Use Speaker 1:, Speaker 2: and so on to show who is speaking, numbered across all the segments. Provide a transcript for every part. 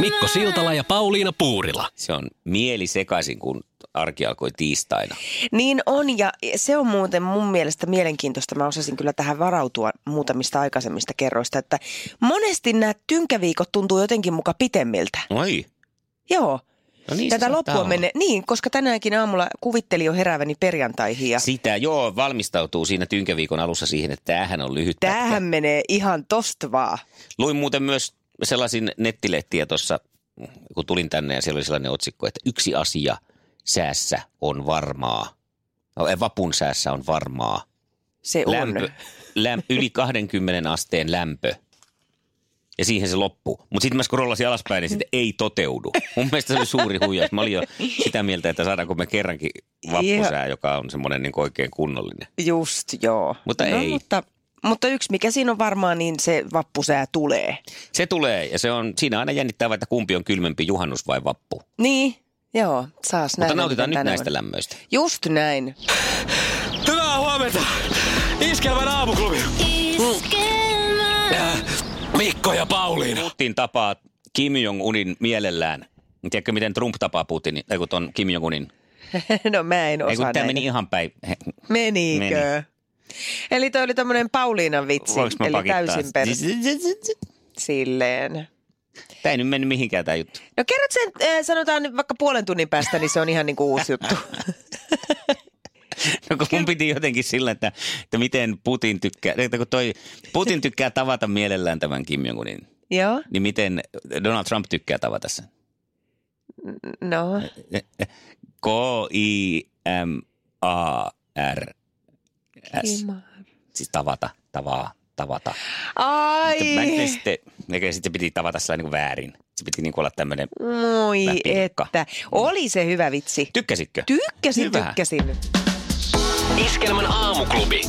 Speaker 1: Mikko Siltala ja Pauliina Puurila.
Speaker 2: Se on mieli sekaisin, kun arki alkoi tiistaina.
Speaker 3: Niin on, ja se on muuten mun mielestä mielenkiintoista. Mä osasin kyllä tähän varautua muutamista aikaisemmista kerroista, että monesti nämä tynkäviikot tuntuu jotenkin muka pitemmiltä.
Speaker 2: Oi.
Speaker 3: Joo.
Speaker 2: No niin, se saattaa
Speaker 3: Tätä loppua
Speaker 2: olla.
Speaker 3: menee, niin, koska tänäänkin aamulla kuvittelin jo herääväni perjantaihin ja
Speaker 2: Sitä, joo, valmistautuu siinä tynkäviikon alussa siihen, että tämähän on lyhyt pätkä.
Speaker 3: tämähän menee ihan tosta vaan.
Speaker 2: Luin muuten myös sellaisin nettilehtiä tuossa, kun tulin tänne ja siellä oli sellainen otsikko, että yksi asia säässä on varmaa. No, ei, Vapun säässä on varmaa.
Speaker 3: Se
Speaker 2: Lämpö,
Speaker 3: on.
Speaker 2: läm, yli 20 asteen lämpö. Ja siihen se loppuu. Mutta sitten mä scrollasin alaspäin ja sitten ei toteudu. Mun mielestä se oli suuri huijaus. Mä olin jo sitä mieltä, että saadaanko me kerrankin vappusää, joka on semmoinen niin oikein kunnollinen.
Speaker 3: Just, joo.
Speaker 2: Mutta
Speaker 3: no,
Speaker 2: ei.
Speaker 3: Mutta, mutta yksi, mikä siinä on varmaan, niin se vappusää tulee.
Speaker 2: Se tulee ja se on, siinä aina jännittää, vaan, että kumpi on kylmempi, juhannus vai vappu.
Speaker 3: Niin, joo, saas
Speaker 2: Mutta
Speaker 3: nähdä,
Speaker 2: nautitaan nyt
Speaker 3: miten tänä
Speaker 2: näistä
Speaker 3: vuonna-
Speaker 2: lämmöistä.
Speaker 3: Just näin.
Speaker 1: Hyvää huomenta. Iskelmän aamuklubi. Mm. Äh, Mikko ja Pauliina.
Speaker 2: Putin tapaa Kim Jong-unin mielellään. Tiedätkö, miten Trump tapaa Putinin, ei kun ton Kim Jong-unin?
Speaker 3: No mä en
Speaker 2: Ei kun
Speaker 3: osaa
Speaker 2: tämä
Speaker 3: näitä.
Speaker 2: meni ihan päin. he-
Speaker 3: Menikö?
Speaker 2: Meni.
Speaker 3: Meni. Eli toi oli tämmöinen Pauliinan vitsi,
Speaker 2: Voinko mä
Speaker 3: eli
Speaker 2: pakittaa? Siis-
Speaker 3: täysin per... silleen.
Speaker 2: Tämä ei nyt mennyt mihinkään tämä juttu.
Speaker 3: No kerrot sen, eh, sanotaan nyt vaikka puolen tunnin päästä, niin se on ihan niinku uusi juttu.
Speaker 2: No kun mun piti jotenkin sillä, että, että miten Putin tykkää, että kun toi Putin tykkää tavata mielellään tämän Kim Jong-unin,
Speaker 3: Joo,
Speaker 2: niin miten Donald Trump tykkää tavata sen?
Speaker 3: no.
Speaker 2: Äh, K-I-M-A-R-S.
Speaker 3: Kima.
Speaker 2: Siis tavata, tavaa, tavata.
Speaker 3: Ai,
Speaker 2: Mutta Mä en tiedä sitten, eikä sitten se piti tavata sillä niin väärin. Se piti niin olla tämmöinen,
Speaker 3: moi
Speaker 2: Läpinkka.
Speaker 3: että. Oli se hyvä vitsi.
Speaker 2: tykkäsitkö?
Speaker 3: Tykkäsin,
Speaker 2: Hyvä.
Speaker 3: tykkäsin.
Speaker 1: Iskelmän aamuklubi.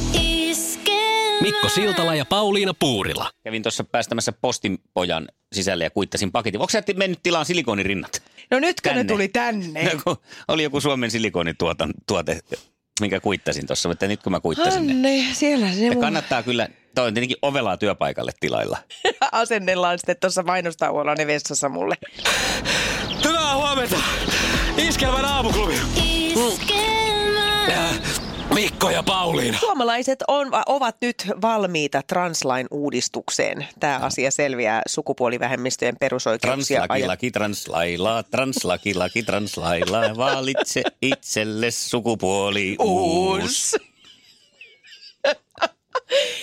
Speaker 1: Mikko Siltala ja Pauliina Puurila.
Speaker 2: Kävin tuossa päästämässä postipojan sisälle ja kuittasin paketin. Onko sä mennyt tilaan silikonirintat?
Speaker 3: No nytkö ne
Speaker 2: Tänne.
Speaker 3: tuli tänne?
Speaker 2: No, kun oli joku Suomen silikonituote, minkä kuittasin tuossa, mutta nyt kun mä kuittasin ne.
Speaker 3: Anne, siellä se
Speaker 2: Ja
Speaker 3: mun
Speaker 2: kannattaa kyllä, toi on tietenkin ovelaa työpaikalle tilailla.
Speaker 3: asennellaan sitten tuossa mainostauolla ne vessassa mulle.
Speaker 1: Hyvää huomenta. Iskelmän aamuklubi. Äh, Mikko ja Pauliina.
Speaker 3: Suomalaiset on, ovat nyt valmiita translain uudistukseen. Tämä asia selviää sukupuolivähemmistöjen perusoikeuksia.
Speaker 2: Translaki, laki, translaila, translaki, laki, translaila, valitse itselle sukupuoli uus.
Speaker 3: Uus.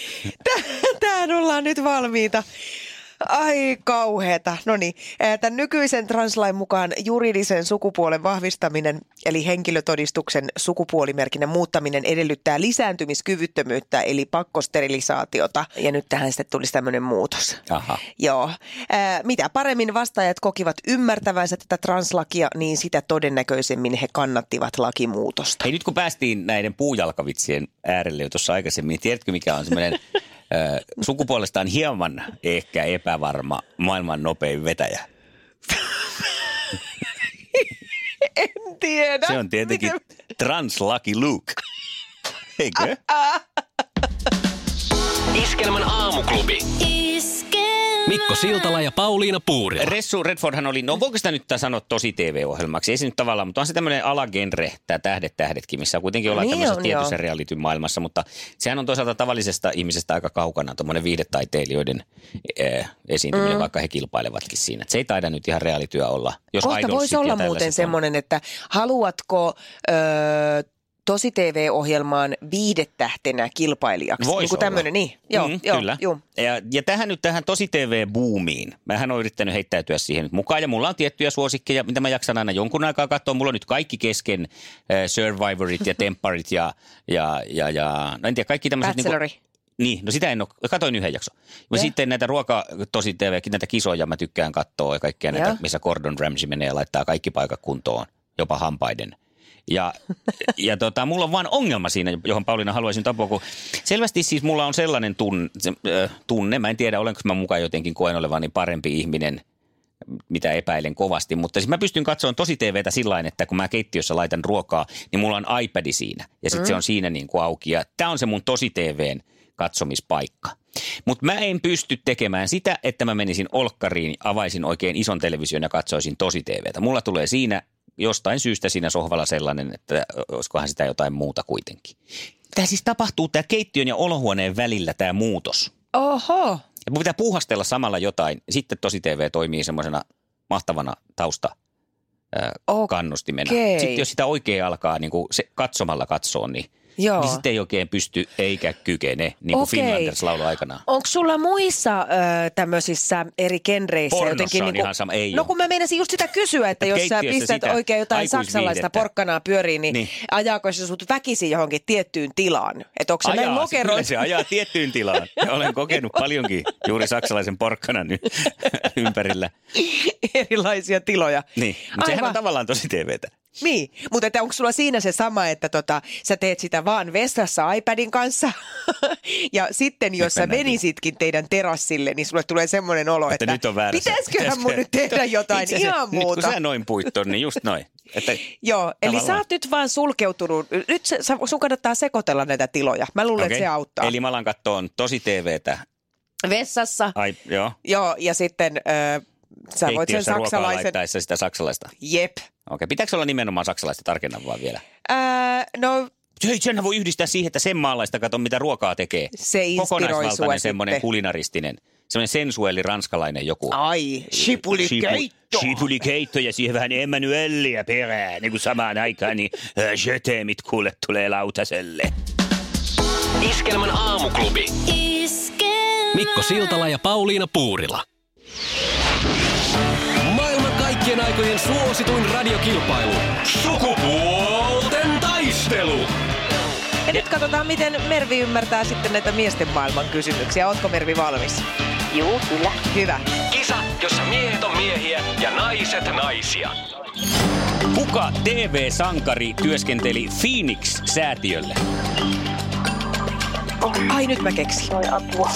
Speaker 3: Tähän ollaan nyt valmiita. Ai kauheeta. No niin, ää, tämän nykyisen translain mukaan juridisen sukupuolen vahvistaminen, eli henkilötodistuksen sukupuolimerkinnän muuttaminen edellyttää lisääntymiskyvyttömyyttä, eli pakkosterilisaatiota. Ja nyt tähän sitten tulisi tämmöinen muutos.
Speaker 2: Aha.
Speaker 3: Joo. Ää, Mitä paremmin vastaajat kokivat ymmärtävänsä tätä translakia, niin sitä todennäköisemmin he kannattivat lakimuutosta.
Speaker 2: Hei nyt kun päästiin näiden puujalkavitsien äärelle jo tuossa aikaisemmin, niin tiedätkö mikä on semmoinen ö, sukupuolestaan hieman ehkä epävarma maailman nopein vetäjä?
Speaker 3: En tiedä.
Speaker 2: Se on tietenkin
Speaker 3: Miten-
Speaker 2: Translucky Luke. Eikö?
Speaker 1: Iskelmän aamuklubi. Mikko Siltala ja Pauliina Puurila.
Speaker 2: Ressu Redfordhan oli, no voiko sitä nyt tää sanoa tosi TV-ohjelmaksi? Ei se nyt tavallaan, mutta on se tämmöinen alagenre, tämä Tähdet tähdetkin, missä kuitenkin ollaan
Speaker 3: Niin
Speaker 2: niin tämmöisessä
Speaker 3: on,
Speaker 2: tietyssä
Speaker 3: joo.
Speaker 2: reality maailmassa, mutta sehän on toisaalta tavallisesta ihmisestä aika kaukana tuommoinen viihdetaiteilijoiden äh, esiintyminen, mm. vaikka he kilpailevatkin siinä. Et se ei taida nyt ihan realityä olla. Jos
Speaker 3: Kohta
Speaker 2: idolsit
Speaker 3: voisi
Speaker 2: ja
Speaker 3: olla
Speaker 2: tällaiset
Speaker 3: muuten
Speaker 2: on.
Speaker 3: semmoinen, että haluatko öö, tosi TV-ohjelmaan viidetähtenä kilpailijaksi.
Speaker 2: Vois
Speaker 3: niin kuin
Speaker 2: olla.
Speaker 3: tämmöinen, niin. Joo,
Speaker 2: Mm,
Speaker 3: joo,
Speaker 2: kyllä.
Speaker 3: Joo.
Speaker 2: Ja, ja tähän nyt tähän tosi TV-buumiin. Mähän olen yrittänyt heittäytyä siihen nyt mukaan ja mulla on tiettyjä suosikkeja, mitä mä jaksan aina jonkun aikaa katsoa. Mulla on nyt kaikki kesken äh, Survivorit ja Tempparit ja, ja, ja, ja no en tiedä, kaikki tämmöiset.
Speaker 3: Bachelori.
Speaker 2: Niin, niin, no sitä en ole, katoin yhden jakson. Ja
Speaker 3: Joo.
Speaker 2: sitten näitä ruoka tosi TV, näitä kisoja mä tykkään katsoa ja kaikkia näitä,
Speaker 3: Joo.
Speaker 2: missä Gordon Ramsay menee ja laittaa kaikki paikat kuntoon, jopa hampaiden. Ja, ja tota, mulla on vaan ongelma siinä, johon Pauliina haluaisin nyt apua, kun selvästi siis mulla on sellainen tunne, se, ö, tunne mä en tiedä olenko mä mukaan jotenkin koen olevani niin parempi ihminen mitä epäilen kovasti. Mutta siis mä pystyn katsomaan tosi TVtä sillä että kun mä keittiössä laitan ruokaa, niin mulla on iPad siinä. Ja sitten mm. se on siinä niin kuin auki. Ja tämä on se mun tosi TVn katsomispaikka. Mutta mä en pysty tekemään sitä, että mä menisin olkkariin, avaisin oikein ison television ja katsoisin tosi TVtä. Mulla tulee siinä jostain syystä siinä sohvalla sellainen, että olisikohan sitä jotain muuta kuitenkin. Tämä siis tapahtuu tämä keittiön ja olohuoneen välillä tämä muutos.
Speaker 3: Oho.
Speaker 2: Ja mun pitää puuhastella samalla jotain. Sitten tosi TV toimii semmoisena mahtavana tausta ö,
Speaker 3: Okei.
Speaker 2: kannustimena. Sitten jos sitä oikein alkaa niin kuin se katsomalla katsoa, niin,
Speaker 3: Joo.
Speaker 2: niin sitten ei oikein pysty eikä kykene, niin kuin
Speaker 3: Okei.
Speaker 2: Finlanders laulu aikanaan.
Speaker 3: Onko sulla muissa ö, tämmöisissä eri genreissä
Speaker 2: Pornossa
Speaker 3: jotenkin...
Speaker 2: on
Speaker 3: niinku-
Speaker 2: ihan sama- ei
Speaker 3: no
Speaker 2: oo.
Speaker 3: kun mä meinasin just sitä kysyä, että
Speaker 2: Et
Speaker 3: jos sä
Speaker 2: keittiössä
Speaker 3: pistät
Speaker 2: sitä
Speaker 3: oikein jotain
Speaker 2: aikuisviihdettä.
Speaker 3: saksalaista porkkanaa pyöriin, niin, niin
Speaker 2: Niin.
Speaker 3: ajaako se sut väkisin johonkin tiettyyn tilaan? Että onko se näin
Speaker 2: Ajaa, se, kyllä
Speaker 3: lokeroin?
Speaker 2: se ajaa tiettyyn tilaan. Ja olen kokenut paljonkin juuri saksalaisen porkkanan y- ympärillä.
Speaker 3: erilaisia tiloja.
Speaker 2: Niin, mutta sehän on
Speaker 3: Aivan.
Speaker 2: tavallaan tosi TVtä.
Speaker 3: Niin, mutta että onko sulla siinä se sama, että tota, sä teet sitä vaan vessassa iPadin kanssa ja sitten jos sä
Speaker 2: mennään
Speaker 3: menisitkin teidän terassille, niin sulle tulee semmoinen olo,
Speaker 2: Että,
Speaker 3: että,
Speaker 2: nyt on väärässä.
Speaker 3: pitäisköhän mun nyt tehdä jotain
Speaker 2: Itse asiassa,
Speaker 3: ihan
Speaker 2: Nyt
Speaker 3: muuta.
Speaker 2: kun sä noin puitton, niin just noin. Että,
Speaker 3: Joo, eli sä
Speaker 2: Tavallaan.
Speaker 3: oot nyt vaan sulkeutunut. Nyt sä, sä- sun kannattaa sekoitella näitä tiloja. Mä luulen, okay.
Speaker 2: okei.
Speaker 3: että se auttaa. Eli...
Speaker 2: Eli mä alan kattoon tosi TVtä.
Speaker 3: Vessassa,
Speaker 2: Ai, joo.
Speaker 3: joo, ja sitten äh, sä voit sen
Speaker 2: Keittiössä ruokaa
Speaker 3: saksalaisen.
Speaker 2: laittaessa sitä saksalaista. Okei,
Speaker 3: Jep.
Speaker 2: pitääkö olla nimenomaan saksalaista tarkennan vaan vielä?
Speaker 3: Äh, no
Speaker 2: Hei, senhän voi yhdistää siihen, että sen maalaista kato, mitä ruokaa tekee.
Speaker 3: se inspiroi sua
Speaker 2: Kokonaisvaltainen semmoinen
Speaker 3: sitten.
Speaker 2: kulinaristinen, semmoinen sensuelli ranskalainen joku.
Speaker 3: Ai,
Speaker 2: Sipu-
Speaker 3: sipulikeitto.
Speaker 2: Sipulikeitto ja siihen vähän Emmanuelia perään, niin kuin samaan aikaan, niin äh, jeteemit kuule tulee lautaselle.
Speaker 1: Iskelmän aamuklubi. Mikko Siltala ja Pauliina Puurila. Maailman kaikkien aikojen suosituin radiokilpailu. Sukupuolten taistelu.
Speaker 3: Ja nyt katsotaan, miten Mervi ymmärtää sitten näitä miesten maailman kysymyksiä. Ootko Mervi valmis?
Speaker 4: Juu, kyllä.
Speaker 3: Hyvä.
Speaker 1: Kisa, jossa miehet on miehiä ja naiset naisia.
Speaker 2: Kuka TV-sankari työskenteli Phoenix-säätiölle?
Speaker 3: Ai nyt mä keksin.
Speaker 4: Voi apua.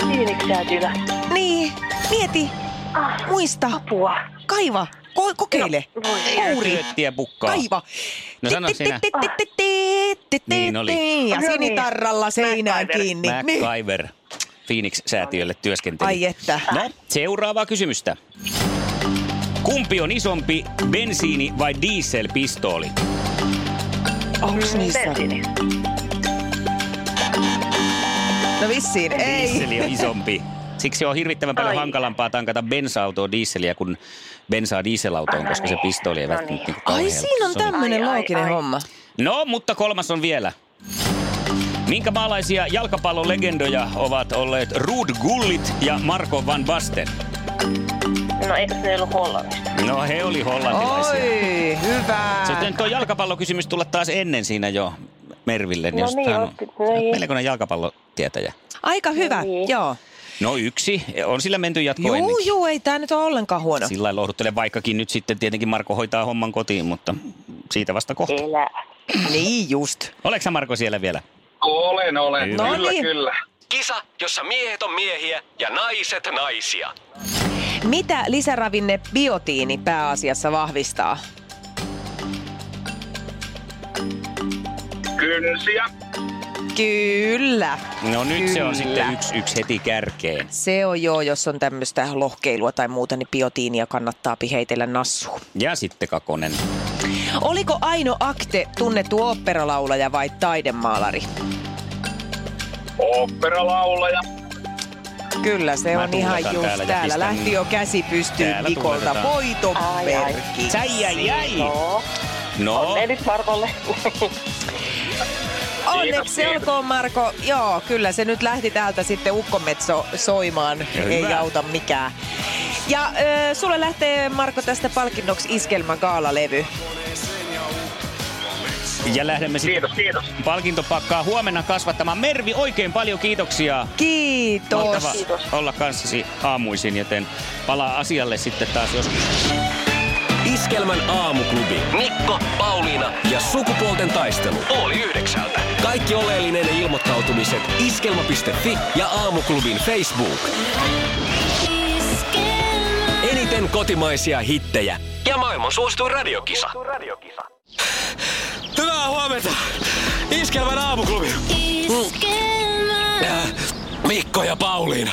Speaker 4: Phoenix-säätiölä.
Speaker 3: Niin, mieti,
Speaker 4: Ah,
Speaker 3: muista,
Speaker 4: apua.
Speaker 3: kaiva, ko- kokeile, kouri,
Speaker 2: Työttiä pukkaa.
Speaker 3: kaiva.
Speaker 2: No sano
Speaker 3: Tit- tit-
Speaker 2: sinä.
Speaker 3: tit- tit- tit- tit- tit-
Speaker 2: Niin oli.
Speaker 3: tit- Ja
Speaker 4: No niin.
Speaker 3: sinitarralla seinään
Speaker 4: MacGyver.
Speaker 3: kiinni. Niin.
Speaker 2: MacGyver Phoenix-säätiölle työskenteli.
Speaker 3: Ai että.
Speaker 2: No, seuraavaa kysymystä. Kumpi on isompi, bensiini- vai dieselpistooli?
Speaker 3: Niin. Onks
Speaker 4: Mm,
Speaker 3: niissä?
Speaker 4: Bensiini.
Speaker 3: No vissiin, ei.
Speaker 2: Dieseli on isompi. Siksi on hirvittävän paljon
Speaker 4: Ai.
Speaker 2: hankalampaa tankata bensa-autoon dieseliä kuin bensaa dieselautoon,
Speaker 4: Ah,
Speaker 2: koska
Speaker 4: no
Speaker 2: se
Speaker 4: niin.
Speaker 2: pistooli ei
Speaker 4: No
Speaker 2: välttämättä
Speaker 4: niin.
Speaker 2: niin.
Speaker 3: Ai siinä on tämmönen
Speaker 4: Ai, ai,
Speaker 3: looginen
Speaker 4: ai.
Speaker 3: homma.
Speaker 2: No, mutta kolmas on vielä. Minkä maalaisia jalkapallon legendoja ovat olleet Ruud Gullit ja Marco van Basten?
Speaker 4: No eikö ne ollut hollannista?
Speaker 2: No he oli hollantilaisia. Oi.
Speaker 3: Oi, hyvä.
Speaker 2: Se nyt on jalkapallokysymys tulla taas ennen siinä jo Merville. Niin
Speaker 4: No
Speaker 2: jos
Speaker 4: niin,
Speaker 2: hän
Speaker 4: otti-
Speaker 2: on
Speaker 4: niin.
Speaker 2: melkoinen jalkapallotietäjä.
Speaker 3: Aika hyvä,
Speaker 4: Niin.
Speaker 3: joo.
Speaker 2: No yksi, on sillä menty jatkoon
Speaker 3: Juu,
Speaker 2: ennenkin.
Speaker 3: juu, ei tää nyt ole ollenkaan huono.
Speaker 2: Sillä lailla lohduttelen, vaikkakin nyt sitten tietenkin Marko hoitaa homman kotiin, mutta siitä vasta kohta.
Speaker 4: Elä.
Speaker 3: Niin just.
Speaker 2: Oletko sä, Marko siellä vielä?
Speaker 5: Olen, olen.
Speaker 2: Hyvä.
Speaker 5: Hyvä. Kyllä,
Speaker 3: No niin.
Speaker 5: kyllä.
Speaker 1: Kisa, jossa miehet on miehiä ja naiset naisia.
Speaker 3: Mitä lisäravinne biotiini pääasiassa vahvistaa?
Speaker 5: Kynsiä.
Speaker 3: Kyllä.
Speaker 2: No nyt se on
Speaker 3: Kyllä.
Speaker 2: sitten yksi, yksi heti kärkeen.
Speaker 3: Se on joo, jos on tämmöistä lohkeilua tai muuta, niin biotiinia kannattaa heitellä nassuun.
Speaker 2: Ja sitten kakonen.
Speaker 3: Oliko Aino Akte tunnettu oopperalaulaja vai taidemaalari?
Speaker 5: Oopperalaulaja.
Speaker 3: Kyllä, se
Speaker 2: Mä
Speaker 3: on ihan
Speaker 2: tuuletan
Speaker 3: just
Speaker 2: täällä
Speaker 3: täällä.
Speaker 2: ja pistän-
Speaker 3: Lähti jo käsi pystyyn
Speaker 2: Täällä
Speaker 3: Mikolta.
Speaker 2: tuuletetaan.
Speaker 3: Voiton
Speaker 4: Ai, ai.
Speaker 3: perki.
Speaker 2: Säi jäi jäi!
Speaker 4: No,
Speaker 2: No,
Speaker 4: ei nyt Markolle.
Speaker 3: Onneksi
Speaker 5: Kiitos,
Speaker 3: olkoon Marko. Joo, kyllä se nyt lähti täältä sitten ukkometso soimaan. Ei
Speaker 2: hyvä.
Speaker 3: auta mikään. Ja ö, sulle lähtee Marko tästä palkinnoksi Iskelmän gaalalevy.
Speaker 2: ja lähdemme sitten
Speaker 5: Kiitos, kiitos.
Speaker 2: palkintopakkaa huomenna kasvattamaan. Mervi, oikein paljon kiitoksia.
Speaker 3: Kiitos.
Speaker 2: Mahtava olla kanssasi aamuisin, joten palaa asialle sitten taas joskus.
Speaker 1: Iskelmän aamuklubi. Mikko, Pauliina ja sukupuolten taistelu. Oli yhdeksältä. Kaikki oleellinen ilmoittautumiset iskelma.fi ja aamuklubin Facebook. Eniten Eniten kotimaisia hittejä ja maailman suosituin radiokisa. Hyvää huomenta! Iskelmän aamuklubi. mm. Äh, Mikko ja Pauliina.